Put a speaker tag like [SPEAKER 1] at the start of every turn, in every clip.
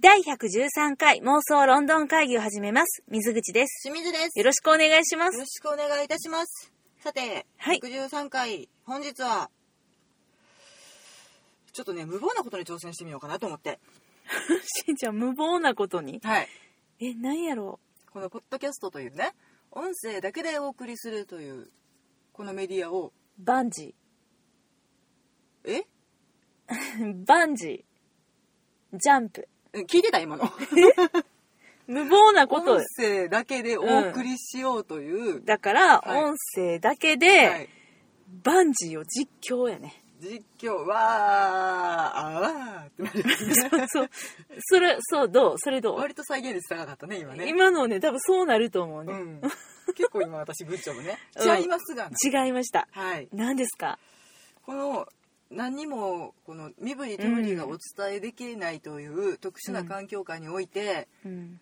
[SPEAKER 1] 第113回妄想ロンドン会議を始めます。水口です。
[SPEAKER 2] 清水です。
[SPEAKER 1] よ
[SPEAKER 2] よ
[SPEAKER 1] ろしくお願いしま
[SPEAKER 2] ろ
[SPEAKER 1] す。
[SPEAKER 2] しくお願いいたします。さて、
[SPEAKER 1] はい
[SPEAKER 2] 63回、本日は、ちょっとね、無謀なことに挑戦してみようかなと思って。
[SPEAKER 1] しんちゃん、無謀なことに。
[SPEAKER 2] はい。
[SPEAKER 1] え、なんやろ
[SPEAKER 2] このポッドキャストというね、音声だけでお送りするという、このメディアを、
[SPEAKER 1] うバンジ
[SPEAKER 2] え
[SPEAKER 1] ー。 バンジー。ジャンプ。
[SPEAKER 2] え聞いてた今の。
[SPEAKER 1] 無謀なこと
[SPEAKER 2] 音声だけでお送りしようという、
[SPEAKER 1] だから、
[SPEAKER 2] はい
[SPEAKER 1] 音声だけ
[SPEAKER 2] は
[SPEAKER 1] で、
[SPEAKER 2] い、
[SPEAKER 1] バンジーを実況や ね。
[SPEAKER 2] 実況、わー、あわーってなるやつ ね
[SPEAKER 1] そう。それ、そう、どうそれどう
[SPEAKER 2] 割と再現率高かったね、今ね。
[SPEAKER 1] 今のね、多分そうなると思う
[SPEAKER 2] う
[SPEAKER 1] ね。
[SPEAKER 2] ん、結構今私グッジョブね
[SPEAKER 1] うん
[SPEAKER 2] 違いますがな、
[SPEAKER 1] 違いました。
[SPEAKER 2] はい
[SPEAKER 1] 何ですか
[SPEAKER 2] この何にもこの身振り手振りがお伝えできないという特殊な環境下において、
[SPEAKER 1] うん。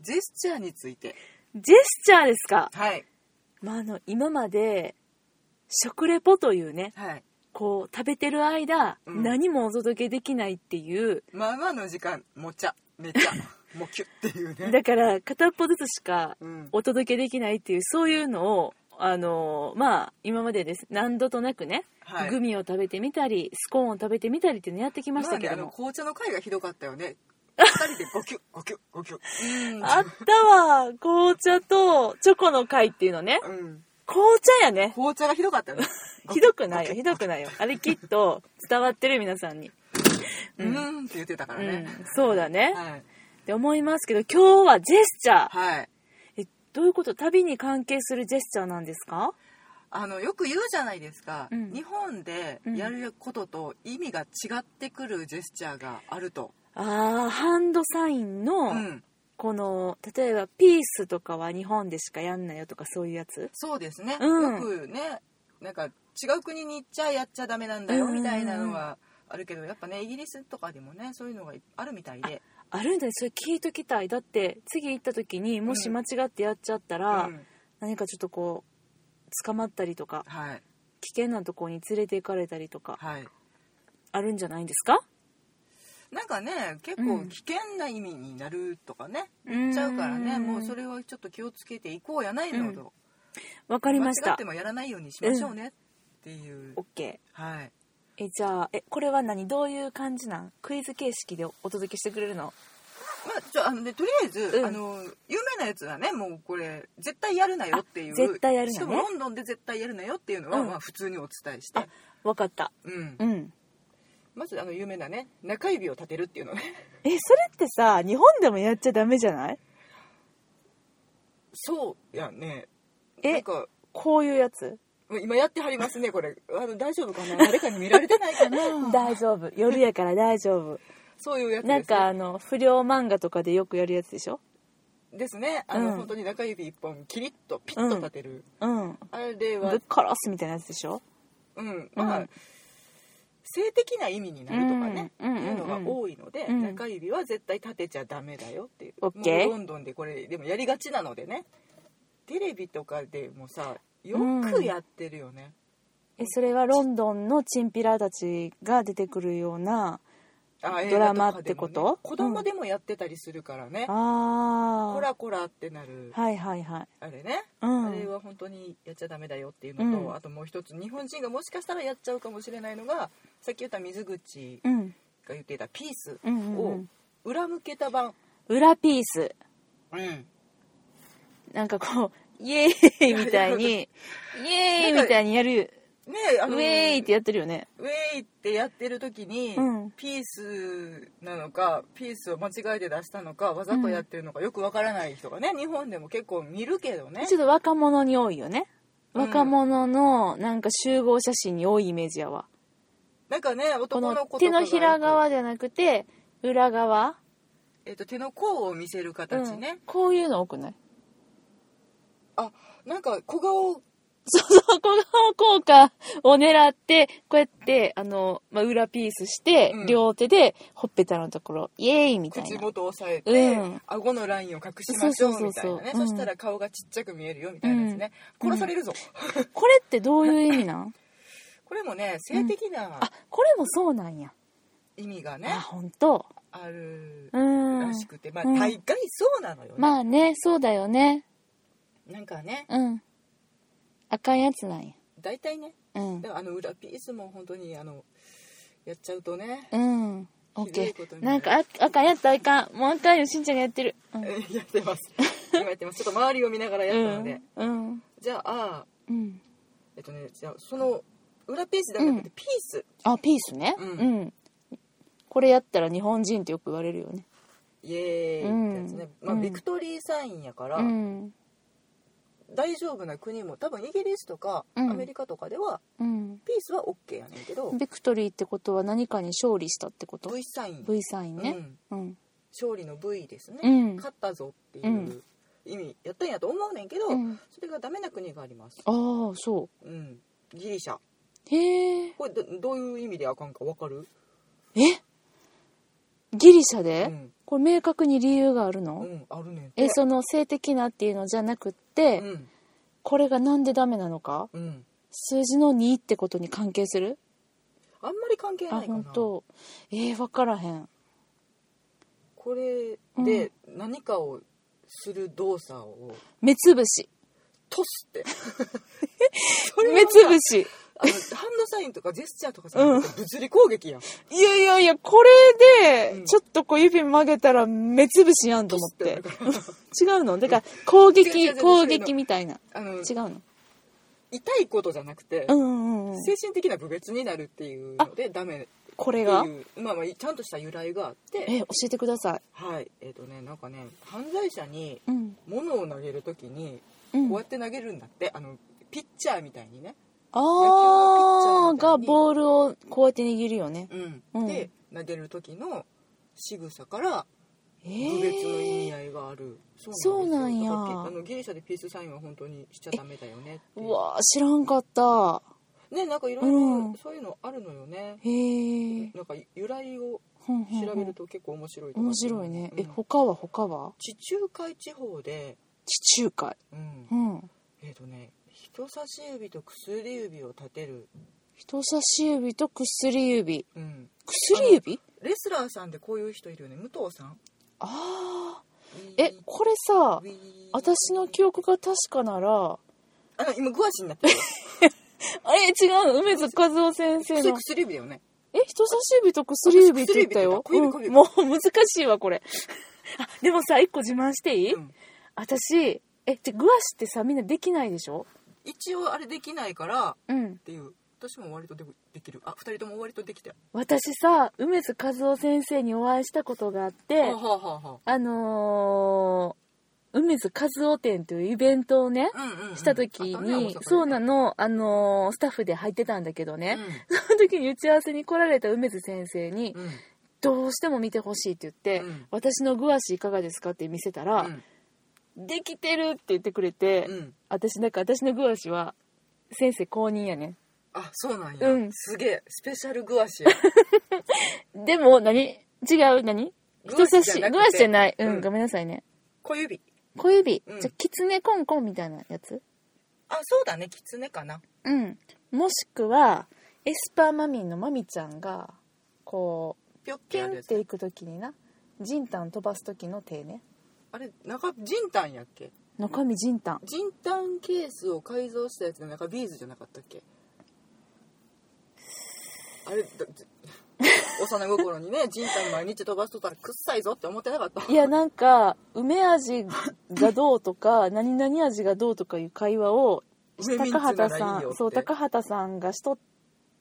[SPEAKER 2] ジェスチャーについて
[SPEAKER 1] ジェスチャーですか
[SPEAKER 2] はい
[SPEAKER 1] まあ、あの今まで食レポというね
[SPEAKER 2] はい
[SPEAKER 1] こう食べてる間、
[SPEAKER 2] うん
[SPEAKER 1] 何もお届けできないっていう
[SPEAKER 2] まあまあの時間もちゃ めちゃもきゅっていうね
[SPEAKER 1] だから片っぽずつしか
[SPEAKER 2] うん
[SPEAKER 1] お届けできないっていうそういうのをあのーまあ今までです何度となくね、
[SPEAKER 2] はい
[SPEAKER 1] グミを食べてみたりスコーンを食べてみたりっていうのやってきまし
[SPEAKER 2] まあ
[SPEAKER 1] たけ
[SPEAKER 2] ねあ
[SPEAKER 1] ど
[SPEAKER 2] の
[SPEAKER 1] も、
[SPEAKER 2] 紅茶の会がひどかった よね2人でゴキュゴキュゴキュうん
[SPEAKER 1] あったわ紅茶とチョコの会っていうのね
[SPEAKER 2] うん
[SPEAKER 1] 紅茶やね
[SPEAKER 2] 紅茶がひどかったよね
[SPEAKER 1] ひどくないよひど
[SPEAKER 2] く
[SPEAKER 1] くないよあれきっ と伝わってる皆さんに、
[SPEAKER 2] うーんって言ってたから
[SPEAKER 1] う
[SPEAKER 2] ね
[SPEAKER 1] ん、、そうだね、
[SPEAKER 2] はい
[SPEAKER 1] って思いますけど今日はジェスチャー
[SPEAKER 2] はい
[SPEAKER 1] えどういうこと旅に関係するジェスチャーなんですか
[SPEAKER 2] あのよく言うじゃないですか、
[SPEAKER 1] うん
[SPEAKER 2] 日本でやることと意味が違ってくるジェスチャーがあると、
[SPEAKER 1] あーハンドサイン
[SPEAKER 2] う
[SPEAKER 1] の
[SPEAKER 2] ん
[SPEAKER 1] この例えばピースとかは日本でしかやんなよとかそういうやつ
[SPEAKER 2] そうですね、
[SPEAKER 1] うん
[SPEAKER 2] よくねなんか違う国に行っちゃやっちゃダメなんだよ
[SPEAKER 1] うん
[SPEAKER 2] みたいなのはあるけどやっぱねイギリスとかでもねそういうのがあるみたいで、
[SPEAKER 1] あるんだねそれ聞いときたいだって次行った時にもし間違ってやっちゃったら、
[SPEAKER 2] うん
[SPEAKER 1] 何かちょっとこう捕まったりとか
[SPEAKER 2] はい
[SPEAKER 1] 危険なとこに連れて行かれたりとか
[SPEAKER 2] はい
[SPEAKER 1] あるんじゃないんですか
[SPEAKER 2] なんかね結
[SPEAKER 1] う
[SPEAKER 2] 構
[SPEAKER 1] ん
[SPEAKER 2] 危険な意味になるとかね、
[SPEAKER 1] 言
[SPEAKER 2] 言っちゃうからねもうそ
[SPEAKER 1] れ
[SPEAKER 2] れはちょっと気をつけていこうやないのと、
[SPEAKER 1] わかり
[SPEAKER 2] 間
[SPEAKER 1] ま
[SPEAKER 2] 違
[SPEAKER 1] した
[SPEAKER 2] ってもやらないようにしましょうねっていう、
[SPEAKER 1] OK
[SPEAKER 2] はい
[SPEAKER 1] えじゃあえこれは何どういう感じなんクイズ形式でお届けしてくれるの
[SPEAKER 2] ま あ、じゃああのねとりあえず、
[SPEAKER 1] うん
[SPEAKER 2] あの有名なやつはねもうこれ絶対やるなよっていう
[SPEAKER 1] あ絶対やるなね
[SPEAKER 2] しかもロンドンで絶対やるなよっていうのは、
[SPEAKER 1] うん
[SPEAKER 2] まあ、普通にお伝えして
[SPEAKER 1] あ、わかった
[SPEAKER 2] うん、
[SPEAKER 1] うん
[SPEAKER 2] まずあの有名なね中指を立てるっていうのね
[SPEAKER 1] えそれってさ日本でもやっちゃダメじゃない
[SPEAKER 2] そうやね
[SPEAKER 1] え
[SPEAKER 2] なんか
[SPEAKER 1] こういうやつ
[SPEAKER 2] 今やってはりますねこれあの大丈夫かな誰かに見られてない かな
[SPEAKER 1] 大丈夫夜やから大丈 夫
[SPEAKER 2] そういうやつですね
[SPEAKER 1] なんかあの不良漫画とかでよくやるやつでしょ
[SPEAKER 2] ですねあの、
[SPEAKER 1] うん
[SPEAKER 2] 本当に中指一本キリッとピッと立てる、
[SPEAKER 1] うん
[SPEAKER 2] あれ
[SPEAKER 1] ぶっ
[SPEAKER 2] は
[SPEAKER 1] 殺すみたいなやつでしょ
[SPEAKER 2] うんまあ、
[SPEAKER 1] うん
[SPEAKER 2] 性的な意味になるとかね、
[SPEAKER 1] うん
[SPEAKER 2] っていうのが多いので、
[SPEAKER 1] うん
[SPEAKER 2] 中指は絶対立てちゃダメだよっていう、
[SPEAKER 1] オッケー
[SPEAKER 2] もうロンドンでこれでもやりがちなのでねテレビとかでもさよくやってるよね、
[SPEAKER 1] えそれはロンドンのチンピラたちが出てくるような
[SPEAKER 2] あ
[SPEAKER 1] ドラマってこと
[SPEAKER 2] 映画かでもね子供でもやってたりするからね、
[SPEAKER 1] あ
[SPEAKER 2] こ
[SPEAKER 1] ー
[SPEAKER 2] らこらってなる
[SPEAKER 1] はいはいはい
[SPEAKER 2] あれね、
[SPEAKER 1] うん
[SPEAKER 2] あれは本当にやっちゃダメだよっていうのと、
[SPEAKER 1] うん
[SPEAKER 2] あともう一つ日本人がもしかしたらやっちゃうかもしれないのがさっき言った水口
[SPEAKER 1] うん
[SPEAKER 2] が言っていたピース
[SPEAKER 1] うんうんう
[SPEAKER 2] を
[SPEAKER 1] ん
[SPEAKER 2] 裏向けた版、
[SPEAKER 1] 裏ピース
[SPEAKER 2] うん
[SPEAKER 1] なんかこう、イエーイみたいに、イエーイみたいにやる、
[SPEAKER 2] ねあ
[SPEAKER 1] ウ
[SPEAKER 2] の
[SPEAKER 1] ェーイってやってるよね。
[SPEAKER 2] ウェイってやってる時に、
[SPEAKER 1] うん
[SPEAKER 2] ピースなのかピースを間違えて出したのかわざとやってるのかよくわからない人がね、日本でも結構見るけどね
[SPEAKER 1] ちょっと若者に多いよね。
[SPEAKER 2] うん
[SPEAKER 1] 若者のなんか集合写真に多いイメージやわ。
[SPEAKER 2] なんかね
[SPEAKER 1] こ
[SPEAKER 2] 男の
[SPEAKER 1] の
[SPEAKER 2] 子とかが
[SPEAKER 1] 手のひら側じゃなくて、裏側。
[SPEAKER 2] えっと手の甲を見せる
[SPEAKER 1] う
[SPEAKER 2] 形
[SPEAKER 1] ん
[SPEAKER 2] ね、、
[SPEAKER 1] こういうの多くない
[SPEAKER 2] あなんか小顔
[SPEAKER 1] そうそう、小顔効果を狙って、こうやって、あの、まあ、裏ピースして、
[SPEAKER 2] うん
[SPEAKER 1] 両手で、ほっぺたのところ、イエーイみたい
[SPEAKER 2] 口
[SPEAKER 1] な。
[SPEAKER 2] 元を押さえて、
[SPEAKER 1] うん
[SPEAKER 2] 顎のラインを隠しましょうみたい
[SPEAKER 1] そうそうそ
[SPEAKER 2] なね
[SPEAKER 1] うそううん
[SPEAKER 2] そしたら顔がちっちゃく見えるよみたいなやつね、
[SPEAKER 1] うん
[SPEAKER 2] 殺されるぞ
[SPEAKER 1] これってどういう意味 なん
[SPEAKER 2] これもね性的な
[SPEAKER 1] あ、これもそうなんや。
[SPEAKER 2] 意味がね、
[SPEAKER 1] あ、ほんと。
[SPEAKER 2] ある
[SPEAKER 1] うーん
[SPEAKER 2] らしくて、まあ
[SPEAKER 1] うん
[SPEAKER 2] 大概そうなのよね、
[SPEAKER 1] まあね、そうだよね。
[SPEAKER 2] なんかね
[SPEAKER 1] うん。あかんやつなんや。
[SPEAKER 2] 大体ね
[SPEAKER 1] うん
[SPEAKER 2] で。もあの裏ピースも本当にあのやっちゃうとね、
[SPEAKER 1] うん。オッ
[SPEAKER 2] ひどい
[SPEAKER 1] ケ
[SPEAKER 2] ことに
[SPEAKER 1] ー。
[SPEAKER 2] な
[SPEAKER 1] な
[SPEAKER 2] る
[SPEAKER 1] んかあ、あかんやつあかん。もうあかんよ、しんちゃんがやってる。うん。
[SPEAKER 2] やってます今やってますちょっと周りを見ながらやったので、
[SPEAKER 1] うん。
[SPEAKER 2] じゃあ
[SPEAKER 1] うん。
[SPEAKER 2] えっとねじゃあその裏ピースではなくてピース、
[SPEAKER 1] あ、ピースね。
[SPEAKER 2] うん
[SPEAKER 1] うん。これやったら日本人ってよく言われるよね。
[SPEAKER 2] イエーイってやつね、
[SPEAKER 1] うん
[SPEAKER 2] まあ、
[SPEAKER 1] うん
[SPEAKER 2] ビクトリーサインやから、
[SPEAKER 1] うん。
[SPEAKER 2] 大丈夫な国も多分イギリスとかア
[SPEAKER 1] うん
[SPEAKER 2] メリカとかでは
[SPEAKER 1] うん。
[SPEAKER 2] ピースは OK やねんけど、
[SPEAKER 1] ビクトリーってことは何かに勝利したってこと
[SPEAKER 2] V サイン、
[SPEAKER 1] ?V サイン
[SPEAKER 2] う
[SPEAKER 1] ね。
[SPEAKER 2] ん
[SPEAKER 1] うん。
[SPEAKER 2] 勝利の V ですね、
[SPEAKER 1] うん
[SPEAKER 2] 勝ったぞっていう意味やったんやと思うねんけど、
[SPEAKER 1] うん
[SPEAKER 2] それがダメな国があります、
[SPEAKER 1] ああ、そう。
[SPEAKER 2] うん、ギリシャ
[SPEAKER 1] へえ。
[SPEAKER 2] これどどういう意味であかんかわかる
[SPEAKER 1] えギリシャで、
[SPEAKER 2] うん
[SPEAKER 1] これ明確に理由があるの、
[SPEAKER 2] うんあるねんて
[SPEAKER 1] え、その性的なっていうのじゃなくって、
[SPEAKER 2] うん
[SPEAKER 1] これがなんでダメなのか
[SPEAKER 2] うん
[SPEAKER 1] 数字の2ってことに関係する
[SPEAKER 2] あんまり関係
[SPEAKER 1] あ、
[SPEAKER 2] ないかな
[SPEAKER 1] 本当。えー、分からへん。
[SPEAKER 2] これで何かをする動作を
[SPEAKER 1] 目つぶし。
[SPEAKER 2] ト スってそれは
[SPEAKER 1] 目つぶし。
[SPEAKER 2] あのハンドサインとかジェスチャーとかじゃなくて物理攻撃やん
[SPEAKER 1] いやいやいや、これ
[SPEAKER 2] うん
[SPEAKER 1] で、ちょっとこう指曲げたら目つぶしやんと思っ
[SPEAKER 2] トス
[SPEAKER 1] て
[SPEAKER 2] だ。から
[SPEAKER 1] 違うのだから、攻
[SPEAKER 2] 違う違う違
[SPEAKER 1] 撃、
[SPEAKER 2] う
[SPEAKER 1] 攻撃みたいな。
[SPEAKER 2] あの
[SPEAKER 1] 違うの
[SPEAKER 2] 痛いことじゃなくて
[SPEAKER 1] う、んうんうんうん。
[SPEAKER 2] 精神的な部別になるっていうのでダメって
[SPEAKER 1] これ
[SPEAKER 2] い
[SPEAKER 1] が
[SPEAKER 2] うまあまあちゃんとした由来があって
[SPEAKER 1] え、教えてくださ
[SPEAKER 2] はいえっ、とねなんかね犯罪者に
[SPEAKER 1] い。うん。
[SPEAKER 2] 物を投げるときに
[SPEAKER 1] う
[SPEAKER 2] こ
[SPEAKER 1] ん
[SPEAKER 2] うや。って投げるんだってあのピッチャーみたいにね、
[SPEAKER 1] あ
[SPEAKER 2] 野球のピッチャーみ
[SPEAKER 1] ー
[SPEAKER 2] たい
[SPEAKER 1] が
[SPEAKER 2] に
[SPEAKER 1] ボールをこうやって握るよね。
[SPEAKER 2] うん
[SPEAKER 1] うん
[SPEAKER 2] で投げる時の仕草から
[SPEAKER 1] え
[SPEAKER 2] 部別の意味
[SPEAKER 1] ー、
[SPEAKER 2] 合いがある、
[SPEAKER 1] そうなんや
[SPEAKER 2] だからあのギリシャでピースサインは本当にしちゃダメだよねっていう
[SPEAKER 1] うわー知らんかった。
[SPEAKER 2] ねなんかいろい
[SPEAKER 1] うん
[SPEAKER 2] ろそういうのあるのよね、
[SPEAKER 1] へえ。
[SPEAKER 2] なんか由来を
[SPEAKER 1] ほんほん
[SPEAKER 2] 調
[SPEAKER 1] ほ
[SPEAKER 2] べる
[SPEAKER 1] ん
[SPEAKER 2] と結構面白いとか
[SPEAKER 1] 面白いね。え、
[SPEAKER 2] うん
[SPEAKER 1] 他は他は
[SPEAKER 2] 地中海地方で、
[SPEAKER 1] 地中海。
[SPEAKER 2] うん
[SPEAKER 1] うん。
[SPEAKER 2] えっ、とね人差し指と薬指を立てる、
[SPEAKER 1] 人差し指と薬指。
[SPEAKER 2] うん、
[SPEAKER 1] 薬指
[SPEAKER 2] レスラーさんでこういう人いるよね武藤さん
[SPEAKER 1] ああー。え、これさ
[SPEAKER 2] ウ、ィー
[SPEAKER 1] 私の記憶が確かなら、
[SPEAKER 2] あの今グアシ になってる
[SPEAKER 1] あれ違うの梅津和夫先生
[SPEAKER 2] 薬
[SPEAKER 1] の。
[SPEAKER 2] 薬指だよね
[SPEAKER 1] え、人差し指と薬指って言ったよ。
[SPEAKER 2] 薬指って言った小指小指
[SPEAKER 1] うんもう難しいわ、これ。 あ、でもさ、一個自慢していい、
[SPEAKER 2] うん
[SPEAKER 1] 私、え、じゃ、グアシってさ、みんなできないでしょ
[SPEAKER 2] 一応あれできないからっ
[SPEAKER 1] うん。
[SPEAKER 2] ていう私も割とでできるあ二人とも割とできたよ
[SPEAKER 1] 私さ、梅津和夫先生にお会いしたことがあって
[SPEAKER 2] は、あはあは
[SPEAKER 1] あのー、梅津和夫展というイベントをね、
[SPEAKER 2] あうんうんうん
[SPEAKER 1] した時
[SPEAKER 2] あったね大阪
[SPEAKER 1] に
[SPEAKER 2] で、
[SPEAKER 1] そうなの、あのースタッフで入ってたんだけどね、
[SPEAKER 2] う
[SPEAKER 1] その時に打ち合わせに来られた梅津先生に、
[SPEAKER 2] んうん
[SPEAKER 1] どうしても見てほしいって言って、
[SPEAKER 2] うん
[SPEAKER 1] 私のグアシいかがですかって見せたら、できてるって言ってくれて、
[SPEAKER 2] うんうん
[SPEAKER 1] 私なんか私のグアシは先生公認やね
[SPEAKER 2] あそうなんや、
[SPEAKER 1] うん
[SPEAKER 2] すげえスペシャルグア シや
[SPEAKER 1] でも何違う何人差し
[SPEAKER 2] なくて
[SPEAKER 1] グアシじゃないうん、
[SPEAKER 2] うん
[SPEAKER 1] ごめんなさいね
[SPEAKER 2] 小指
[SPEAKER 1] 小指、
[SPEAKER 2] うん
[SPEAKER 1] じゃあキツネコンコンみたいなやつ
[SPEAKER 2] あそうだねキツネかな
[SPEAKER 1] うんもしくはエスパーマミンのマミちゃんがこう
[SPEAKER 2] ぴょっ
[SPEAKER 1] ピ
[SPEAKER 2] てあ
[SPEAKER 1] ュ
[SPEAKER 2] る
[SPEAKER 1] ン
[SPEAKER 2] や
[SPEAKER 1] っ
[SPEAKER 2] つ
[SPEAKER 1] ていく時になジンタン飛ばす時の手ね
[SPEAKER 2] あれ中じんたんやっけ
[SPEAKER 1] 中身ジンタン
[SPEAKER 2] じんたんケースを改造したやつの中ビーズじゃなかったっけあれだ 幼心にねじんたん毎日飛ばしとったらくっさいぞって思ってなかった
[SPEAKER 1] いやなんか梅味がどうとか 何々味がどうとかいう会話を
[SPEAKER 2] 梅ミンツ
[SPEAKER 1] 高
[SPEAKER 2] な
[SPEAKER 1] 畑
[SPEAKER 2] ら
[SPEAKER 1] さ
[SPEAKER 2] いいよ
[SPEAKER 1] ん
[SPEAKER 2] って
[SPEAKER 1] そう高畑さんがしとっ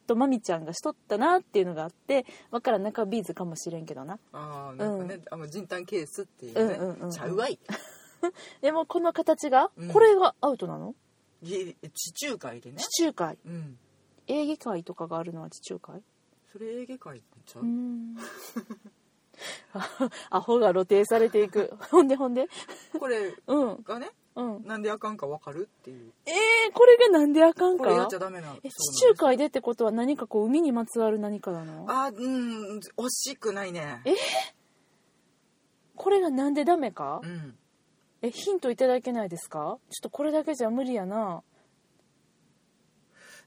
[SPEAKER 1] とまみちゃんがしとったなっていうのがあってわからん中ビーズかもしれんけどな
[SPEAKER 2] ああなんかね、あのじんたんケースっていうね、
[SPEAKER 1] うんうんうん
[SPEAKER 2] ちゃうわい
[SPEAKER 1] でもこの形が、
[SPEAKER 2] うん
[SPEAKER 1] これがアウトなの
[SPEAKER 2] ぎ地中海でね
[SPEAKER 1] 地中海
[SPEAKER 2] うん
[SPEAKER 1] エーゲ海とかがあるのは地中海
[SPEAKER 2] それエーゲ海ちゃう、
[SPEAKER 1] うーん アホが露呈されていく ほんでほんで
[SPEAKER 2] これ
[SPEAKER 1] うん
[SPEAKER 2] がね
[SPEAKER 1] うん
[SPEAKER 2] なんであかんかわかるっていう
[SPEAKER 1] えー、これがなんであかん
[SPEAKER 2] これやっ
[SPEAKER 1] か
[SPEAKER 2] ちゃダメなそうなん
[SPEAKER 1] え
[SPEAKER 2] で
[SPEAKER 1] 地
[SPEAKER 2] す
[SPEAKER 1] 中海でってことは何かこう海にまつわる何かなの
[SPEAKER 2] あーうん惜しくないね
[SPEAKER 1] えこれがなんでダメか
[SPEAKER 2] うん
[SPEAKER 1] えヒントいただけないですかちょっとこれだけじゃ無理やな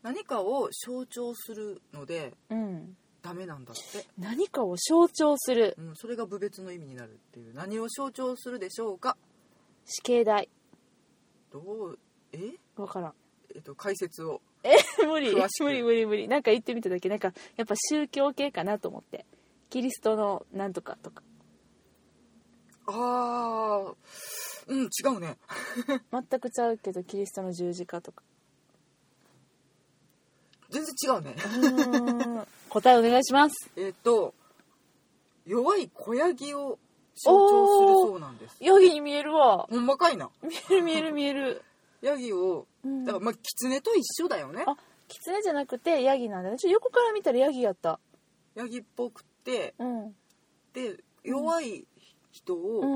[SPEAKER 2] 何かを象徴するので
[SPEAKER 1] うん
[SPEAKER 2] ダメなんだって、
[SPEAKER 1] 何かを象徴する
[SPEAKER 2] うん、それが部別の意味になるっていう何を象徴するでしょうか
[SPEAKER 1] 死刑台
[SPEAKER 2] どうえ
[SPEAKER 1] わから ん
[SPEAKER 2] えっと解説を
[SPEAKER 1] 無理
[SPEAKER 2] 詳しく
[SPEAKER 1] 無理無理無理なんか言ってみただけなんかやっぱ宗教系かなと思ってキリストのなんとかとか
[SPEAKER 2] ああうん違うね
[SPEAKER 1] 全くちゃうけどキリストの十字架とか
[SPEAKER 2] 全然違うね
[SPEAKER 1] うーん答えお願いします
[SPEAKER 2] えっと弱い子ヤギを象徴するそうなんです
[SPEAKER 1] ヤギに見えるわ
[SPEAKER 2] ほんまかいな
[SPEAKER 1] 見える見える見える、
[SPEAKER 2] ヤギを
[SPEAKER 1] うん、
[SPEAKER 2] だからまあ狐と一緒だよね
[SPEAKER 1] あキツネじゃなくてヤギなんだねちょ横から見たらヤギやった
[SPEAKER 2] ヤギっぽくて
[SPEAKER 1] うん
[SPEAKER 2] で弱い人
[SPEAKER 1] う
[SPEAKER 2] を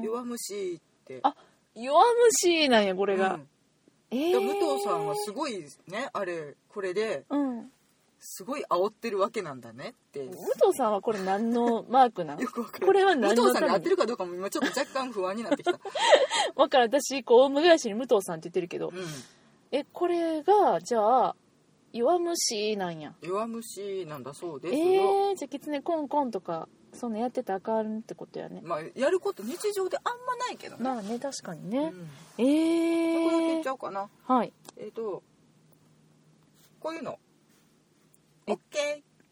[SPEAKER 1] ん
[SPEAKER 2] 弱虫って、
[SPEAKER 1] あ弱虫なんやこれが、
[SPEAKER 2] うん
[SPEAKER 1] え
[SPEAKER 2] だ
[SPEAKER 1] え
[SPEAKER 2] から武藤さんはすごいねあれこれで
[SPEAKER 1] うん
[SPEAKER 2] すごい煽ってるわけなんだねってよ
[SPEAKER 1] 武藤さんはこれ何のマーク なん
[SPEAKER 2] くわかる
[SPEAKER 1] これは
[SPEAKER 2] 武
[SPEAKER 1] 何の
[SPEAKER 2] 藤さんに
[SPEAKER 1] ため
[SPEAKER 2] 合
[SPEAKER 1] に
[SPEAKER 2] ってるかどうかも今ちょっと若干不安になって きた、
[SPEAKER 1] わからん私こうオウム返しに武藤さんって言ってるけど、
[SPEAKER 2] うん、
[SPEAKER 1] えこれがじゃあ弱虫なんや
[SPEAKER 2] 弱虫なんだそうです
[SPEAKER 1] え
[SPEAKER 2] が、
[SPEAKER 1] ー、じゃあキツネコンコンとかそんなやってたらあかんってことやね
[SPEAKER 2] まあやること日常であんまないけどね、
[SPEAKER 1] まあね確かに
[SPEAKER 2] う
[SPEAKER 1] ね、
[SPEAKER 2] ん、
[SPEAKER 1] え
[SPEAKER 2] ここだけ言っ
[SPEAKER 1] ー
[SPEAKER 2] ち、ゃおうかな
[SPEAKER 1] はい
[SPEAKER 2] えっ、とこういうの
[SPEAKER 1] え
[SPEAKER 2] OK、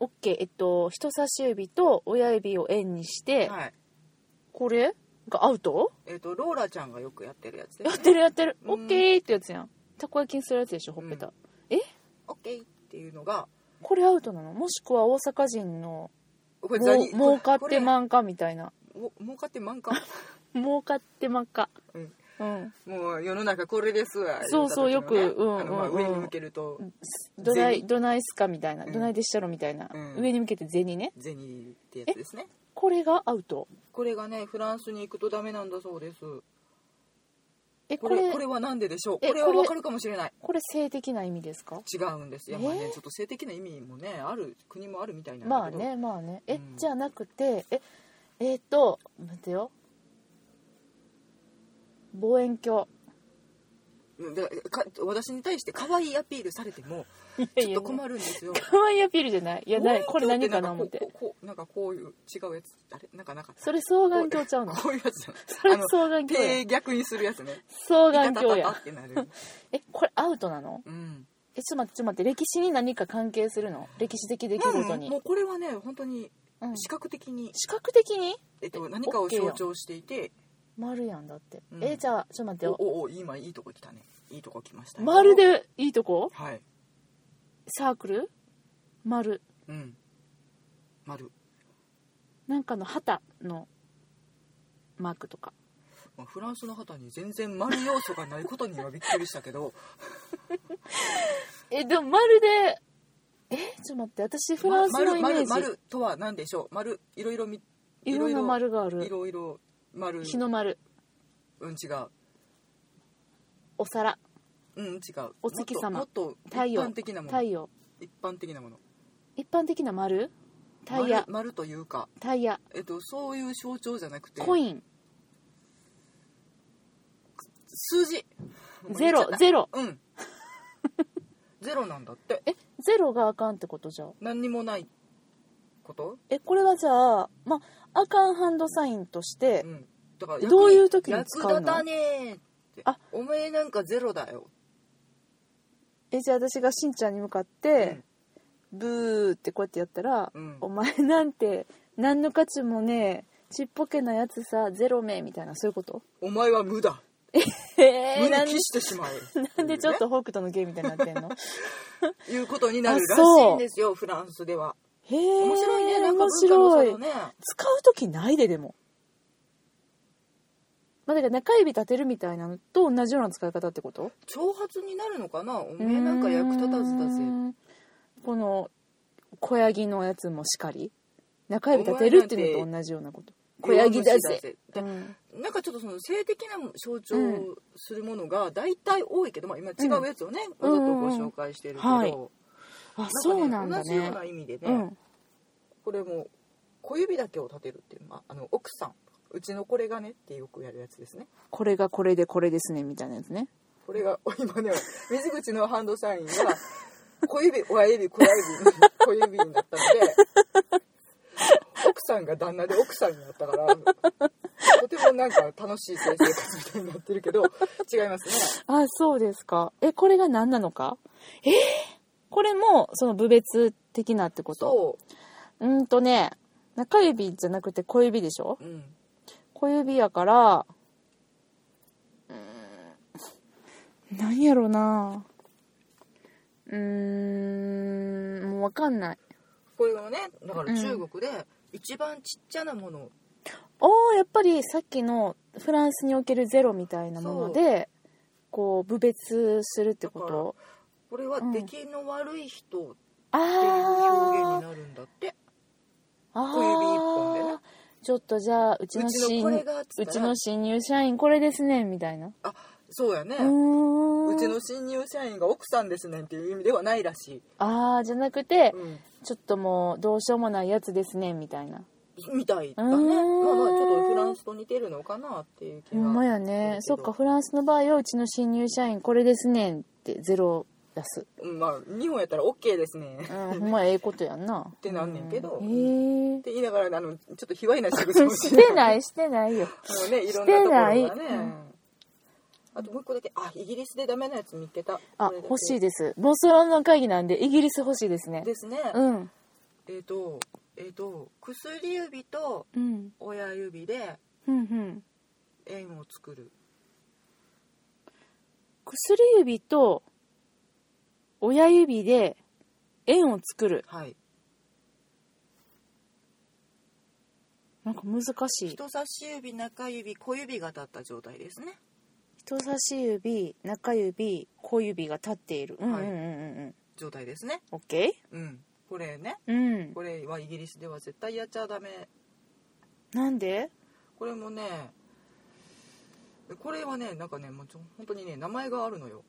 [SPEAKER 1] オッケーえっと人差し指と親指を円にして、
[SPEAKER 2] はい
[SPEAKER 1] これがアウト
[SPEAKER 2] えっ、とローラちゃんがよくやってるやつで
[SPEAKER 1] やってるやってる
[SPEAKER 2] うん
[SPEAKER 1] オッケーってやつやんたこ焼きにするやつでしょほっぺた、
[SPEAKER 2] うん
[SPEAKER 1] え
[SPEAKER 2] OK っていうのが
[SPEAKER 1] これアウトなのもしくは大阪人の
[SPEAKER 2] こ
[SPEAKER 1] もう儲かっ
[SPEAKER 2] こ
[SPEAKER 1] て
[SPEAKER 2] れ
[SPEAKER 1] まんかみたいな
[SPEAKER 2] も儲かって まんか
[SPEAKER 1] 儲かってまんか
[SPEAKER 2] うん
[SPEAKER 1] うん
[SPEAKER 2] もう世の中これですわ
[SPEAKER 1] そうそう
[SPEAKER 2] 言た時の
[SPEAKER 1] よくうん
[SPEAKER 2] あのまあ
[SPEAKER 1] うん
[SPEAKER 2] 上に向けると
[SPEAKER 1] どない
[SPEAKER 2] 銭
[SPEAKER 1] どないすかみたいな、
[SPEAKER 2] うん
[SPEAKER 1] どないでっしゃろみたいな、
[SPEAKER 2] うん
[SPEAKER 1] 上に向けて銭ね
[SPEAKER 2] 銭ってやつですね
[SPEAKER 1] これがアウト
[SPEAKER 2] これがねフランスに行くとダメなんだそうです
[SPEAKER 1] え
[SPEAKER 2] こ
[SPEAKER 1] こ
[SPEAKER 2] れこ
[SPEAKER 1] れ
[SPEAKER 2] れ
[SPEAKER 1] これ
[SPEAKER 2] は何ででしょう
[SPEAKER 1] え
[SPEAKER 2] これは
[SPEAKER 1] これ
[SPEAKER 2] わかるかもしれない
[SPEAKER 1] 性的な意味ですか
[SPEAKER 2] 違うんですいや
[SPEAKER 1] えー
[SPEAKER 2] まあねちょっと性的な意味もねある国もあるみたいなん
[SPEAKER 1] まあ
[SPEAKER 2] だけど
[SPEAKER 1] ねまあねえ、
[SPEAKER 2] うん
[SPEAKER 1] じゃなくてええっ、と待ってよ望遠鏡
[SPEAKER 2] うんだからか私に対して可愛いアピールされても
[SPEAKER 1] い
[SPEAKER 2] ちょっと
[SPEAKER 1] か
[SPEAKER 2] 困るんですよ
[SPEAKER 1] わいいアピールじゃないいやないこれ何かな思
[SPEAKER 2] 望
[SPEAKER 1] っ
[SPEAKER 2] 遠鏡
[SPEAKER 1] て
[SPEAKER 2] てなんかこうこうこうなんかこういう違うやつあれなんかなかった
[SPEAKER 1] それ双眼鏡ちゃうの
[SPEAKER 2] こういうやつじゃない
[SPEAKER 1] それ
[SPEAKER 2] あの
[SPEAKER 1] 双眼鏡や
[SPEAKER 2] 手逆にするやつね
[SPEAKER 1] 双眼鏡
[SPEAKER 2] 痛たた
[SPEAKER 1] や
[SPEAKER 2] たってなる
[SPEAKER 1] えこれアウトなの
[SPEAKER 2] うん
[SPEAKER 1] えちょっと待ってちょっと待って歴史に何か関係するの歴史的出来事
[SPEAKER 2] う
[SPEAKER 1] に
[SPEAKER 2] ん、もうこれはね本当に
[SPEAKER 1] うん
[SPEAKER 2] 視覚的に、
[SPEAKER 1] 視覚的に
[SPEAKER 2] えっと、何かを
[SPEAKER 1] OK やん
[SPEAKER 2] 象徴していて
[SPEAKER 1] 丸やんだって、
[SPEAKER 2] うん
[SPEAKER 1] えじゃあちょっと待って
[SPEAKER 2] お
[SPEAKER 1] よ
[SPEAKER 2] おお今いいとこ来たねいいとこ来ましたよ
[SPEAKER 1] 丸でいいとこ
[SPEAKER 2] はい
[SPEAKER 1] サークル丸
[SPEAKER 2] うん丸、
[SPEAKER 1] なんかの旗のマークとか
[SPEAKER 2] まあ、フランスの旗に全然丸要素がないことにはびっくりしたけど
[SPEAKER 1] えでも丸でえちょっと待って私 フランスのイメー
[SPEAKER 2] 丸丸
[SPEAKER 1] ジ、
[SPEAKER 2] 丸とは何でしょう丸いろいろみ
[SPEAKER 1] いろんな丸があ
[SPEAKER 2] い
[SPEAKER 1] る
[SPEAKER 2] ろいろ丸
[SPEAKER 1] 日の丸
[SPEAKER 2] うん違う
[SPEAKER 1] お皿
[SPEAKER 2] うん違う
[SPEAKER 1] お月様
[SPEAKER 2] もっともっと
[SPEAKER 1] 太
[SPEAKER 2] 一
[SPEAKER 1] 陽
[SPEAKER 2] 般的なも
[SPEAKER 1] 太
[SPEAKER 2] の
[SPEAKER 1] 陽
[SPEAKER 2] 一般的なもの
[SPEAKER 1] 一般的な丸タイヤ
[SPEAKER 2] 丸丸というか
[SPEAKER 1] タイヤ
[SPEAKER 2] えっと、そういう象徴じゃなくて
[SPEAKER 1] コイン
[SPEAKER 2] 数字
[SPEAKER 1] ゼ
[SPEAKER 2] もう言っ
[SPEAKER 1] ロ
[SPEAKER 2] ちゃった
[SPEAKER 1] ゼロ
[SPEAKER 2] うん ゼロなんだって
[SPEAKER 1] えゼロがあかんってことじゃあ
[SPEAKER 2] 何にもないこと、
[SPEAKER 1] えこれはじゃあまああかんハンドサインとして
[SPEAKER 2] うん、だから
[SPEAKER 1] どういう時に使うの
[SPEAKER 2] 役立たねえって
[SPEAKER 1] あ
[SPEAKER 2] お前なんかゼロだよ
[SPEAKER 1] えじゃあ私がしんちゃんに向かって、ブーってこうやってやったら「
[SPEAKER 2] うん
[SPEAKER 1] お前なんて何の価値もねえちっぽけなやつさゼロ名」みたいなそういうこと
[SPEAKER 2] お前は無だ
[SPEAKER 1] え
[SPEAKER 2] 無
[SPEAKER 1] ー、なん
[SPEAKER 2] に
[SPEAKER 1] で
[SPEAKER 2] 帰してしまえ
[SPEAKER 1] なんでちょっ
[SPEAKER 2] っ
[SPEAKER 1] と北斗のゲームみたいになってんの
[SPEAKER 2] ていうねいうことになるら
[SPEAKER 1] あ
[SPEAKER 2] し
[SPEAKER 1] そう
[SPEAKER 2] いんですよフランスでは
[SPEAKER 1] へえ
[SPEAKER 2] 面白いねなんか
[SPEAKER 1] 面
[SPEAKER 2] 文化の
[SPEAKER 1] 白
[SPEAKER 2] 差
[SPEAKER 1] い
[SPEAKER 2] だね
[SPEAKER 1] 使う時ないででもまあだから中指立てるみたいなのと同じような使い方ってこと
[SPEAKER 2] 挑発になるのかなお前なんか役立たずだぜ
[SPEAKER 1] うーんこの小ヤギのやつもしかり中指立てるっていうのと同じようなこと小ヤギだぜ
[SPEAKER 2] だ
[SPEAKER 1] うん
[SPEAKER 2] なんかちょっとその性的な象徴をするものが大体多いけど、まあ、今違うやつをね、
[SPEAKER 1] うん
[SPEAKER 2] わざとご紹介してるけど、
[SPEAKER 1] うんうんはいあそうなんだ
[SPEAKER 2] 同じよう
[SPEAKER 1] ね
[SPEAKER 2] な意味でね、
[SPEAKER 1] うん
[SPEAKER 2] これも小指だけを立てるっていうのはあの奥さんうちのこれがねってよくやるやつですね
[SPEAKER 1] これがこれでこれですねみたいなやつね
[SPEAKER 2] これが 今ね 水口のハンドサインが小指親指小指小指になったのでさんが旦那で奥さんになったからとてもなんか楽しい性生活みたいになってるけど違いますね
[SPEAKER 1] あそうですかえこれが何なのかえーこれもその部別的なってこと
[SPEAKER 2] そう
[SPEAKER 1] ーんとね中指じゃなくて小指でしょ
[SPEAKER 2] う、うん、
[SPEAKER 1] 小指やからうーん何やろなうーんもう分かんない
[SPEAKER 2] これがねだから
[SPEAKER 1] うん
[SPEAKER 2] 中国で一番ちっちゃなもの、
[SPEAKER 1] ああやっぱりさっきのフランスにおけるゼロみたいなものでこう部別するってこと
[SPEAKER 2] これは
[SPEAKER 1] うん
[SPEAKER 2] 出来の悪い人っていう表現に
[SPEAKER 1] あー
[SPEAKER 2] なるんだって、
[SPEAKER 1] あ
[SPEAKER 2] 小指一本でね
[SPEAKER 1] ーちょっとじゃあうちの
[SPEAKER 2] うちの
[SPEAKER 1] 新
[SPEAKER 2] これがっつ
[SPEAKER 1] う
[SPEAKER 2] った
[SPEAKER 1] ち
[SPEAKER 2] ら
[SPEAKER 1] の新入社員これですねみたいなう
[SPEAKER 2] あそうやね、
[SPEAKER 1] ーん
[SPEAKER 2] うちの新入社員が奥さんですねんっていう意味ではないらしい、
[SPEAKER 1] ああじゃなくて
[SPEAKER 2] うん
[SPEAKER 1] ちょっともうどうしようもないやつですねみたいな
[SPEAKER 2] みたいだね
[SPEAKER 1] うーん
[SPEAKER 2] まあまあちょっとフランスと似てるのかなっていう気
[SPEAKER 1] ほんま
[SPEAKER 2] が
[SPEAKER 1] やねそ
[SPEAKER 2] そ
[SPEAKER 1] うっ
[SPEAKER 2] だけど
[SPEAKER 1] かフランスの場合はうちの新入社員これですねんってゼロ出す
[SPEAKER 2] うんまあ日本やったら OK ですね
[SPEAKER 1] うんほんまええことやんなって
[SPEAKER 2] なんねんけど
[SPEAKER 1] へえ
[SPEAKER 2] って言いながらあのちょっと卑猥な仕草を
[SPEAKER 1] して
[SPEAKER 2] い
[SPEAKER 1] ないしてないよ
[SPEAKER 2] あのねいろんなところがね
[SPEAKER 1] してないうん
[SPEAKER 2] あともう一個だけあイギリスでダメなやつ見つけた
[SPEAKER 1] あ
[SPEAKER 2] これだけ
[SPEAKER 1] 欲しいですボスロンの会議なんでイギリス欲しいですね
[SPEAKER 2] ですね、
[SPEAKER 1] うん
[SPEAKER 2] えっ、とえっ、と薬指と
[SPEAKER 1] うん
[SPEAKER 2] 親指で
[SPEAKER 1] うんうん
[SPEAKER 2] 円を作る
[SPEAKER 1] 薬指と親指で円を作る
[SPEAKER 2] はい
[SPEAKER 1] なんか難しい
[SPEAKER 2] 人差し指中指小指が立った状態ですね
[SPEAKER 1] 人差し指中指小指が立っているうんうんう
[SPEAKER 2] はい
[SPEAKER 1] んうん
[SPEAKER 2] 状態ですね
[SPEAKER 1] オッケ
[SPEAKER 2] うんこれね
[SPEAKER 1] ーうん
[SPEAKER 2] これはイギリスでは絶対やっちゃダメ
[SPEAKER 1] なんで
[SPEAKER 2] これもねこれはねなんかねもうちょ本当にね名前があるのよ、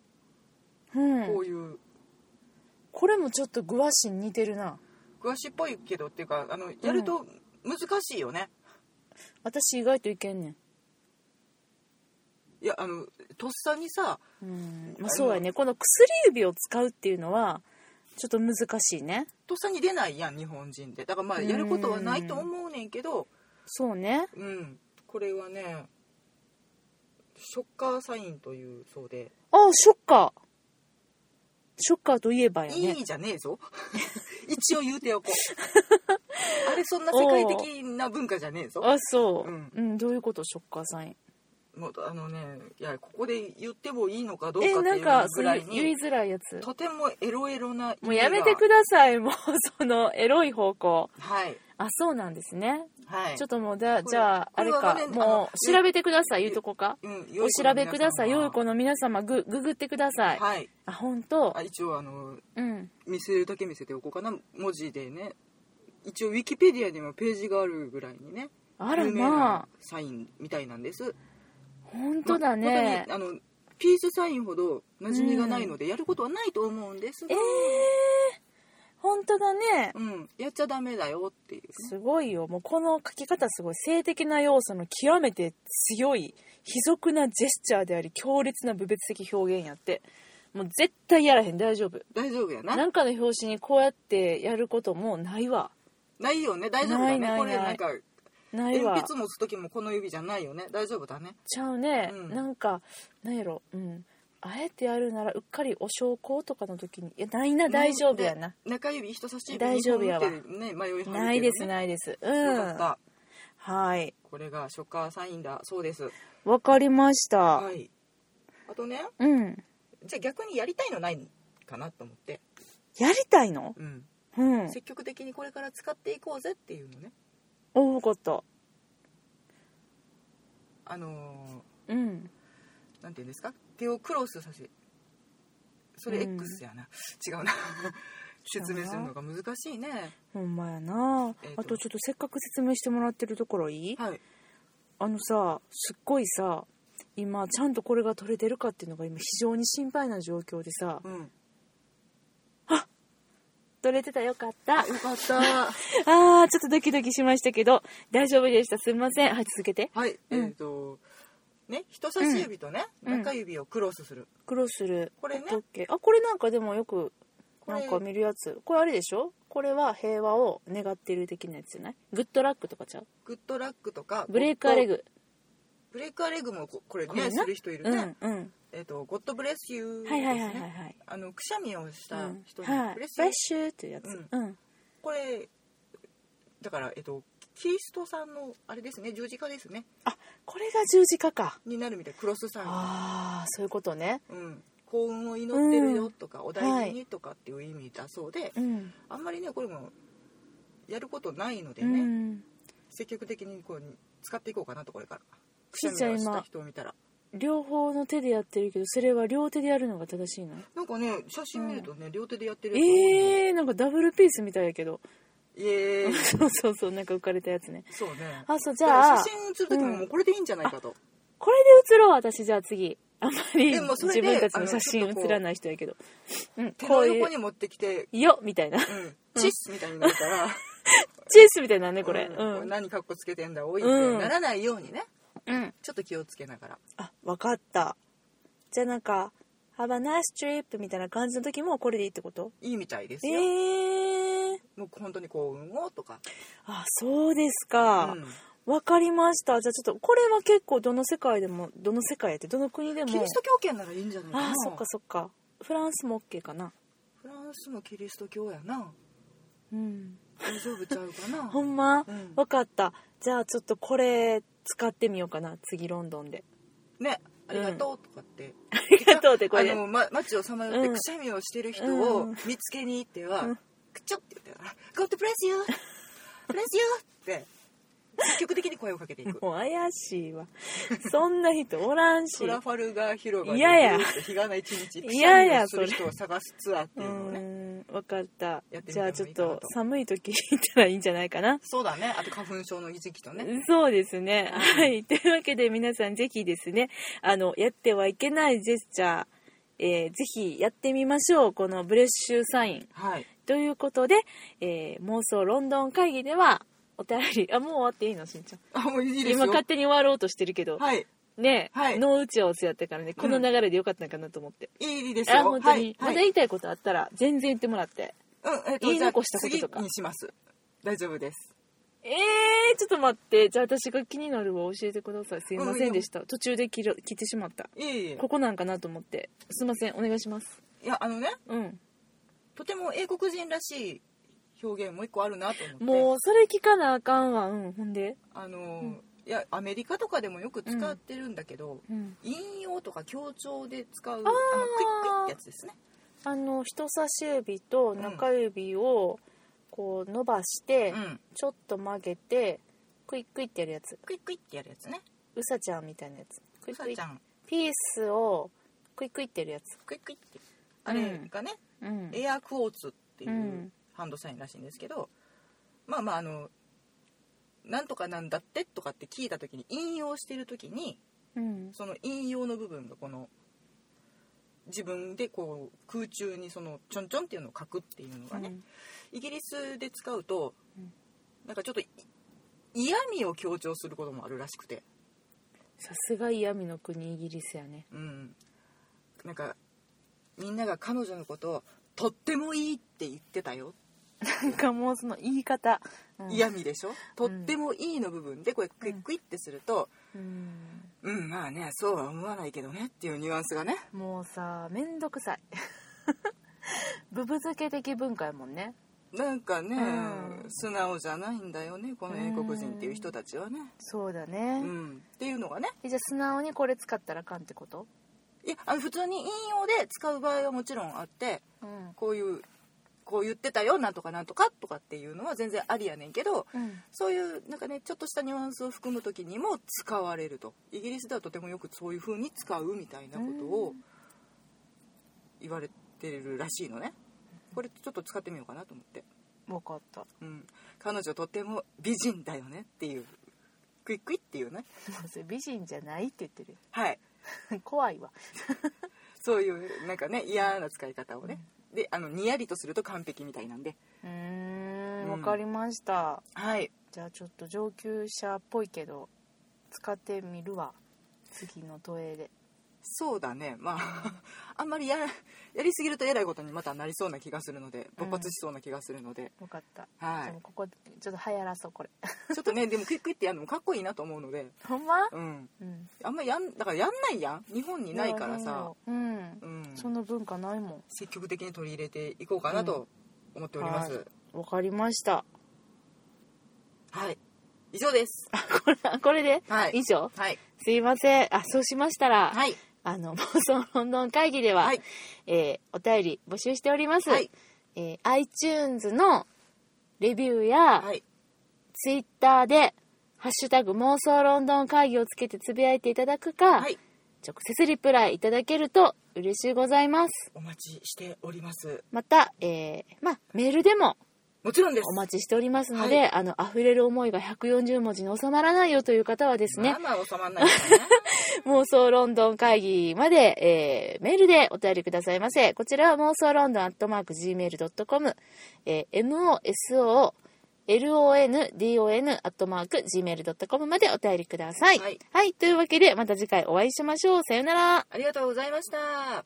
[SPEAKER 1] うん
[SPEAKER 2] こういう
[SPEAKER 1] これもちょっとグワシに似てるな
[SPEAKER 2] 詳しいっぽいけどっていうかあのやると難しいよね、
[SPEAKER 1] 私意外といけんねん
[SPEAKER 2] いやあのとっさにさ
[SPEAKER 1] うん
[SPEAKER 2] あ
[SPEAKER 1] ま
[SPEAKER 2] の
[SPEAKER 1] あ、そうやねこの薬指を使うっていうのはちょっと難しいね
[SPEAKER 2] とっさに出ないやん日本人ってだからまあやることはないと思うねんけど
[SPEAKER 1] そうね
[SPEAKER 2] うん、これはねショッカーサインというそうで
[SPEAKER 1] あショッカーショッカーといえば
[SPEAKER 2] 「
[SPEAKER 1] や
[SPEAKER 2] い
[SPEAKER 1] ね
[SPEAKER 2] い」じゃねえぞ 一応言うておこう あれそんな世界的な文化じゃねえぞ
[SPEAKER 1] あそう、
[SPEAKER 2] うん
[SPEAKER 1] うん、どういうことショッカーサイン
[SPEAKER 2] もうあのねいやここで言ってもいいのかどうかっ
[SPEAKER 1] え
[SPEAKER 2] て
[SPEAKER 1] ないん
[SPEAKER 2] う
[SPEAKER 1] か
[SPEAKER 2] ぐ
[SPEAKER 1] その
[SPEAKER 2] らい
[SPEAKER 1] 言い
[SPEAKER 2] に
[SPEAKER 1] づらいやつ
[SPEAKER 2] とてもエロエロな
[SPEAKER 1] もうやめてく
[SPEAKER 2] だ
[SPEAKER 1] ださいもう そのエロい方向
[SPEAKER 2] はい
[SPEAKER 1] あそうなんですね、
[SPEAKER 2] はい
[SPEAKER 1] ちょっともうだ
[SPEAKER 2] これ
[SPEAKER 1] じゃあ
[SPEAKER 2] こ
[SPEAKER 1] あ
[SPEAKER 2] れ
[SPEAKER 1] れ
[SPEAKER 2] は
[SPEAKER 1] か
[SPEAKER 2] ねあの
[SPEAKER 1] もう調べてください
[SPEAKER 2] よ
[SPEAKER 1] 言うとこか
[SPEAKER 2] うん、良
[SPEAKER 1] お
[SPEAKER 2] い子の皆様
[SPEAKER 1] 調べください良い子の皆様グググってください、
[SPEAKER 2] はい
[SPEAKER 1] あ本当
[SPEAKER 2] あ一応あの
[SPEAKER 1] うん
[SPEAKER 2] 見せるだけ見せておこうかな文字でね一応ウィキペディアにもページがあるぐらいにね
[SPEAKER 1] あら
[SPEAKER 2] 有名
[SPEAKER 1] まあ
[SPEAKER 2] なサインみたいなんです
[SPEAKER 1] 本当だね、
[SPEAKER 2] まあ本当にあのピースサインほど馴染みがないので、やることはないと思うんですが
[SPEAKER 1] え、え本当だね
[SPEAKER 2] うん、やっちゃダメだよっていうね、
[SPEAKER 1] すごいよもうこの書き方すごい性的な要素の極めて強い卑俗なジェスチャーであり強烈な部別的表現やってもう絶対やらへん大丈夫
[SPEAKER 2] 大丈夫やな
[SPEAKER 1] なんかの表紙にこうやってやることもうないわ
[SPEAKER 2] ないよね大丈夫だね
[SPEAKER 1] ないない
[SPEAKER 2] これな
[SPEAKER 1] なんい
[SPEAKER 2] か
[SPEAKER 1] ない
[SPEAKER 2] 鉛
[SPEAKER 1] わ
[SPEAKER 2] 筆持つ時もこの指じゃないよね大丈夫だね
[SPEAKER 1] ちゃうね、
[SPEAKER 2] うん
[SPEAKER 1] なんかなんやろうんあえてやるならうっかりお焼香とかの時にいやないな大丈夫やな、
[SPEAKER 2] で中指人差し指
[SPEAKER 1] 大丈夫やわ
[SPEAKER 2] 二本打ってね迷い始めてるね
[SPEAKER 1] ないですないですう
[SPEAKER 2] よ
[SPEAKER 1] ん
[SPEAKER 2] かった
[SPEAKER 1] はい
[SPEAKER 2] これがショッカーサインだそうです
[SPEAKER 1] わかりました、
[SPEAKER 2] はいあとね
[SPEAKER 1] うん
[SPEAKER 2] じゃあ逆にやりたいのないかなと思って、
[SPEAKER 1] やりたいの
[SPEAKER 2] うん、
[SPEAKER 1] うん
[SPEAKER 2] 積極的にこれから使っていこうぜっていうのね
[SPEAKER 1] お分かった
[SPEAKER 2] あの
[SPEAKER 1] うん
[SPEAKER 2] ーなんていうんですか手をクロスさせそれ
[SPEAKER 1] うん
[SPEAKER 2] X やな、違う な説明するのが難しいね
[SPEAKER 1] ほんまやな、
[SPEAKER 2] えーと
[SPEAKER 1] あとちょっとせっかく説明してもらってるところいい
[SPEAKER 2] はい
[SPEAKER 1] あのさすっごいさ今ちゃんとこれが取れてるかっていうのが今非常に心配な状況でさ
[SPEAKER 2] うんよ
[SPEAKER 1] 取れてたよかったあ
[SPEAKER 2] かった
[SPEAKER 1] ーちょっとドキドキしましたけど大丈夫でしたすいませんはい続けて
[SPEAKER 2] はい、
[SPEAKER 1] うん
[SPEAKER 2] えっ、とね人差し指とね、
[SPEAKER 1] うん
[SPEAKER 2] 中指をクロスする
[SPEAKER 1] クロスする
[SPEAKER 2] これね
[SPEAKER 1] オッケーあこれなんかでもよく
[SPEAKER 2] こ
[SPEAKER 1] な
[SPEAKER 2] れ
[SPEAKER 1] んか見るやつこれあれでしょこれは平和を願ってる的なやつじゃないグッドラックとかちゃう
[SPEAKER 2] グッドラックとか
[SPEAKER 1] ブレイクアレ
[SPEAKER 2] ゴッ
[SPEAKER 1] グ
[SPEAKER 2] ドブレイクアレグもここれ
[SPEAKER 1] これ
[SPEAKER 2] ね
[SPEAKER 1] な
[SPEAKER 2] する人いる
[SPEAKER 1] う
[SPEAKER 2] ね、
[SPEAKER 1] んうん
[SPEAKER 2] えっ、とゴッドブレスユーです
[SPEAKER 1] はい
[SPEAKER 2] ね、
[SPEAKER 1] はいはいはいはい
[SPEAKER 2] あのくしゃみをし
[SPEAKER 1] う
[SPEAKER 2] た
[SPEAKER 1] ん
[SPEAKER 2] 人に、
[SPEAKER 1] はい
[SPEAKER 2] ブ
[SPEAKER 1] フレ
[SPEAKER 2] レ
[SPEAKER 1] ッ
[SPEAKER 2] スユー
[SPEAKER 1] シュっていうやつ
[SPEAKER 2] うん
[SPEAKER 1] うん
[SPEAKER 2] これだからえっ、とキリストさんのあれですね十字架ですね
[SPEAKER 1] あこれが十字架か
[SPEAKER 2] になるみたいクロスさん
[SPEAKER 1] ああそういうことね
[SPEAKER 2] うん、幸運を祈ってるよとか、お大事
[SPEAKER 1] は
[SPEAKER 2] にとかっていう意味だそうで、
[SPEAKER 1] うん
[SPEAKER 2] あんまりねこれもやることないので
[SPEAKER 1] う
[SPEAKER 2] ね、
[SPEAKER 1] ん
[SPEAKER 2] 積極的にこう使っていこうかなとこれからく
[SPEAKER 1] しーちゃん
[SPEAKER 2] をし
[SPEAKER 1] 今
[SPEAKER 2] た人を見たら
[SPEAKER 1] 両方の手でやってるけどそれは両手でやるのが正しいの
[SPEAKER 2] なんかね写真見るとね、両手でやってるやつが多いの
[SPEAKER 1] えー、なんかダブルピースみたいやけ ど
[SPEAKER 2] イエーイ
[SPEAKER 1] そうそうそうなんか浮かれたやつね
[SPEAKER 2] そうね
[SPEAKER 1] あそうじ
[SPEAKER 2] だから
[SPEAKER 1] ゃあ
[SPEAKER 2] 写真写る時ももうこれでいいんじゃないかと、
[SPEAKER 1] これで写ろう私じゃあ次あんまり
[SPEAKER 2] でもそれ
[SPEAKER 1] 自
[SPEAKER 2] で
[SPEAKER 1] 分たちの写
[SPEAKER 2] あ
[SPEAKER 1] 真
[SPEAKER 2] のちょっとこう
[SPEAKER 1] 写らない人やけどうん
[SPEAKER 2] 手
[SPEAKER 1] こ
[SPEAKER 2] の
[SPEAKER 1] うい
[SPEAKER 2] 横
[SPEAKER 1] う
[SPEAKER 2] に持ってきて
[SPEAKER 1] 「よ」みたいな チ
[SPEAKER 2] うんチッスみたいになる から、
[SPEAKER 1] ェイスみたいなねこれ
[SPEAKER 2] うん
[SPEAKER 1] うん、
[SPEAKER 2] これ
[SPEAKER 1] うん
[SPEAKER 2] 何かっこつけてんだ多いってならないようにね、
[SPEAKER 1] うん、
[SPEAKER 2] ちょっと気をつけながら
[SPEAKER 1] あわかったじゃあなんか「Have a nice trip」みたいな感じの時もこれでいいってこと
[SPEAKER 2] いいみたいです
[SPEAKER 1] え
[SPEAKER 2] よ、
[SPEAKER 1] ー、
[SPEAKER 2] もう本当に幸運をとか、
[SPEAKER 1] あそうです
[SPEAKER 2] う
[SPEAKER 1] か、
[SPEAKER 2] ん、
[SPEAKER 1] わかりましたじゃあちょっとこれは結構どの世界でもどの世界やってどの国でも
[SPEAKER 2] キリスト教圏ならいいんじゃないかな
[SPEAKER 1] あそっかそっかフランスも OK かな
[SPEAKER 2] フランスもキリスト教やな
[SPEAKER 1] うん
[SPEAKER 2] 大丈夫ちゃうか な
[SPEAKER 1] ほんま、
[SPEAKER 2] うん
[SPEAKER 1] わかったじゃあちょっとこれ使ってみようかな次ロンドンで
[SPEAKER 2] ねありがとうとかって、
[SPEAKER 1] ありがとうってこれ
[SPEAKER 2] あ
[SPEAKER 1] で
[SPEAKER 2] の、ま、街をさまよって
[SPEAKER 1] うん
[SPEAKER 2] くしゃみをしてる人
[SPEAKER 1] う
[SPEAKER 2] を
[SPEAKER 1] ん
[SPEAKER 2] 見つけに行っては、
[SPEAKER 1] うん
[SPEAKER 2] くちょって言ったら「God bless you! bless you!」って積極的に声をかけていく
[SPEAKER 1] もう怪し いわそんな人おらんし
[SPEAKER 2] トラファルガー広場で
[SPEAKER 1] 嫌や
[SPEAKER 2] ぐるっと日がな一日くし
[SPEAKER 1] 嫌
[SPEAKER 2] ゃみ
[SPEAKER 1] や
[SPEAKER 2] をす
[SPEAKER 1] それ
[SPEAKER 2] る人を探すツアーって
[SPEAKER 1] う
[SPEAKER 2] いうのをね
[SPEAKER 1] んわかった
[SPEAKER 2] やってみ
[SPEAKER 1] じ
[SPEAKER 2] て
[SPEAKER 1] ゃ
[SPEAKER 2] も
[SPEAKER 1] あ
[SPEAKER 2] いいか
[SPEAKER 1] ち
[SPEAKER 2] なと
[SPEAKER 1] ょっと寒い時行ったらいいんじゃないかな
[SPEAKER 2] そうだねあと花粉症の時期とね、
[SPEAKER 1] そうですね。
[SPEAKER 2] うん
[SPEAKER 1] はい。というわけで皆さんぜひですね、あの、やってはいけないジェスチャー、えーぜひやってみましょう。このブレッシュサイン。
[SPEAKER 2] はい
[SPEAKER 1] ということで、えー妄想ロンドン会議では、お便り、あ、もう終わっていいのしんちゃん。
[SPEAKER 2] あもういいですよ
[SPEAKER 1] 今勝手に終わろうとしてるけど、
[SPEAKER 2] はい
[SPEAKER 1] ね、
[SPEAKER 2] はい
[SPEAKER 1] 脳打ち合わせやったからね、この流れでよかったかなと思って。
[SPEAKER 2] いいです
[SPEAKER 1] あ、
[SPEAKER 2] よ
[SPEAKER 1] 本当に、
[SPEAKER 2] はい
[SPEAKER 1] まだ
[SPEAKER 2] はい
[SPEAKER 1] 言いたいことあったら、全然言ってもらって。
[SPEAKER 2] うんえっと
[SPEAKER 1] 言い
[SPEAKER 2] じゃあ
[SPEAKER 1] 残したこととか
[SPEAKER 2] 次にします大丈夫です
[SPEAKER 1] えー、ちょっと待って。じゃあ私が気になるわ。教えてください。すいませんでした。途中で切る切ってしまった。
[SPEAKER 2] いえいえ
[SPEAKER 1] ここなんかなと思ってすいませんお願いします
[SPEAKER 2] いやあのね
[SPEAKER 1] うん
[SPEAKER 2] とても英国人らしい表現もう一個あるなと思って
[SPEAKER 1] もうそれ聞かなあかんわうんほんで
[SPEAKER 2] あの、
[SPEAKER 1] ん
[SPEAKER 2] いやアメリカとかでもよく使ってるんだけど、
[SPEAKER 1] うん
[SPEAKER 2] 引用とか強調で使うあの
[SPEAKER 1] あー
[SPEAKER 2] クイックイってやつですね
[SPEAKER 1] あの人差し指と中指をこう伸ばして、
[SPEAKER 2] うん
[SPEAKER 1] ちょっと曲げてクイックイってやるやつ
[SPEAKER 2] クイックイってやるやつね
[SPEAKER 1] うさちゃんみたいなやつクイッ
[SPEAKER 2] うさ
[SPEAKER 1] クイ
[SPEAKER 2] ちゃん
[SPEAKER 1] ピースをクイックイってやるやつ
[SPEAKER 2] クイックイってあれがね、
[SPEAKER 1] うん
[SPEAKER 2] エアクォーツっていううんハンドサインらしいんですけど、まあまああのなんとかなんだってとかって聞いた時に引用してる時に
[SPEAKER 1] うん
[SPEAKER 2] その引用の部分がこの自分でこう空中にそのちょんちょんっていうのを書くっていうのがね、イギリスで使うと、
[SPEAKER 1] うん
[SPEAKER 2] なんかちょっとい嫌味を強調することもあるらしくて、
[SPEAKER 1] さすが嫌味の国イギリスやね
[SPEAKER 2] うん、なんかみんなが彼女のことを「とってもいい」って言ってたよ、
[SPEAKER 1] なんかもうその言い方、うん、
[SPEAKER 2] 嫌味でしょ「とってもいい」の部分でこれクイックイってすると
[SPEAKER 1] うん
[SPEAKER 2] 「うん、まあねそうは思わないけどね」っていうニュアンスがね
[SPEAKER 1] もうさめんどくさい ブブ漬け的文化やもんね
[SPEAKER 2] なんかね、
[SPEAKER 1] うん
[SPEAKER 2] 素直じゃないんだよねこの英国人っていう人たちはね、
[SPEAKER 1] そうだ
[SPEAKER 2] う
[SPEAKER 1] ね、
[SPEAKER 2] ん、っていうのがね
[SPEAKER 1] えじゃあ素直にこれ使ったらあかんってこと
[SPEAKER 2] いやあの普通に引用で使う場合はもちろんあって
[SPEAKER 1] うん、
[SPEAKER 2] こういうこう言ってたよなんとかなんとかとかっていうのは全然ありやねんけど
[SPEAKER 1] うん、
[SPEAKER 2] そういうなんかねちょっとしたニュアンスを含む時にも使われるとイギリスではとてもよくそういう風に使うみたいなことを言われてるらしいのねこれちょっと使ってみようかなと思って、
[SPEAKER 1] 分かったも
[SPEAKER 2] うん、彼女とても美人だよねっていうクイックイっていうね
[SPEAKER 1] うそれ美人じゃないって言ってる
[SPEAKER 2] はい
[SPEAKER 1] よ 怖いわ
[SPEAKER 2] そういうなんかね嫌な使い方をねであのにやりとすると完璧みたいなんで
[SPEAKER 1] うー
[SPEAKER 2] うんん
[SPEAKER 1] 分かりました、
[SPEAKER 2] はい
[SPEAKER 1] じゃあちょっと上級者っぽいけど使ってみるわ次の都営で
[SPEAKER 2] そうだねまあ あんまりやらやりすぎるとえらいことにまたなりそうな気がするので勃発しそうな気がするので、
[SPEAKER 1] よかった、
[SPEAKER 2] はい
[SPEAKER 1] でもここちょっと流行らそうこれ
[SPEAKER 2] ちょっとねでもクイックイってやるのもかっこいいなと思うので、
[SPEAKER 1] ほんま、
[SPEAKER 2] うん、
[SPEAKER 1] うん、
[SPEAKER 2] あんまやんだからやんないやん日本にないからさ、
[SPEAKER 1] うん、
[SPEAKER 2] うん、
[SPEAKER 1] そんな文化ないも
[SPEAKER 2] 積極的に取り入れていこうかなと思っております、
[SPEAKER 1] うんんわかりました
[SPEAKER 2] はい、以上です
[SPEAKER 1] これこれで、
[SPEAKER 2] はい
[SPEAKER 1] 以上
[SPEAKER 2] はい
[SPEAKER 1] すいませんあそうしましたら、
[SPEAKER 2] はい
[SPEAKER 1] あの 妄想ロンドン会議では、
[SPEAKER 2] はい
[SPEAKER 1] えーお便り募集しております、
[SPEAKER 2] はい
[SPEAKER 1] えー iTunes のレビューや、
[SPEAKER 2] はい
[SPEAKER 1] Twitter で「ハッシュタグ妄想ロンドン会議」をつけてつぶやいていただくか、
[SPEAKER 2] はい
[SPEAKER 1] 直接リプライいただけると嬉しいございます
[SPEAKER 2] お待ちしております
[SPEAKER 1] また、えーまあ、メールでも
[SPEAKER 2] もちろんです
[SPEAKER 1] お待ちしておりますので、
[SPEAKER 2] は
[SPEAKER 1] あの溢れる思いが140文字に収まらないよという方はですね、
[SPEAKER 2] まあまあ収まんないからね
[SPEAKER 1] 妄想ロンドン会議まで、えーメールでお便りくださいませ。こちらは妄想ロンドンアットマーク Gmail.com、えー、MOSO london アットマーク gmail.com までお便りください。
[SPEAKER 2] はい
[SPEAKER 1] はい。というわけで、また次回お会いしましょう。さよなら。
[SPEAKER 2] ありがとうございました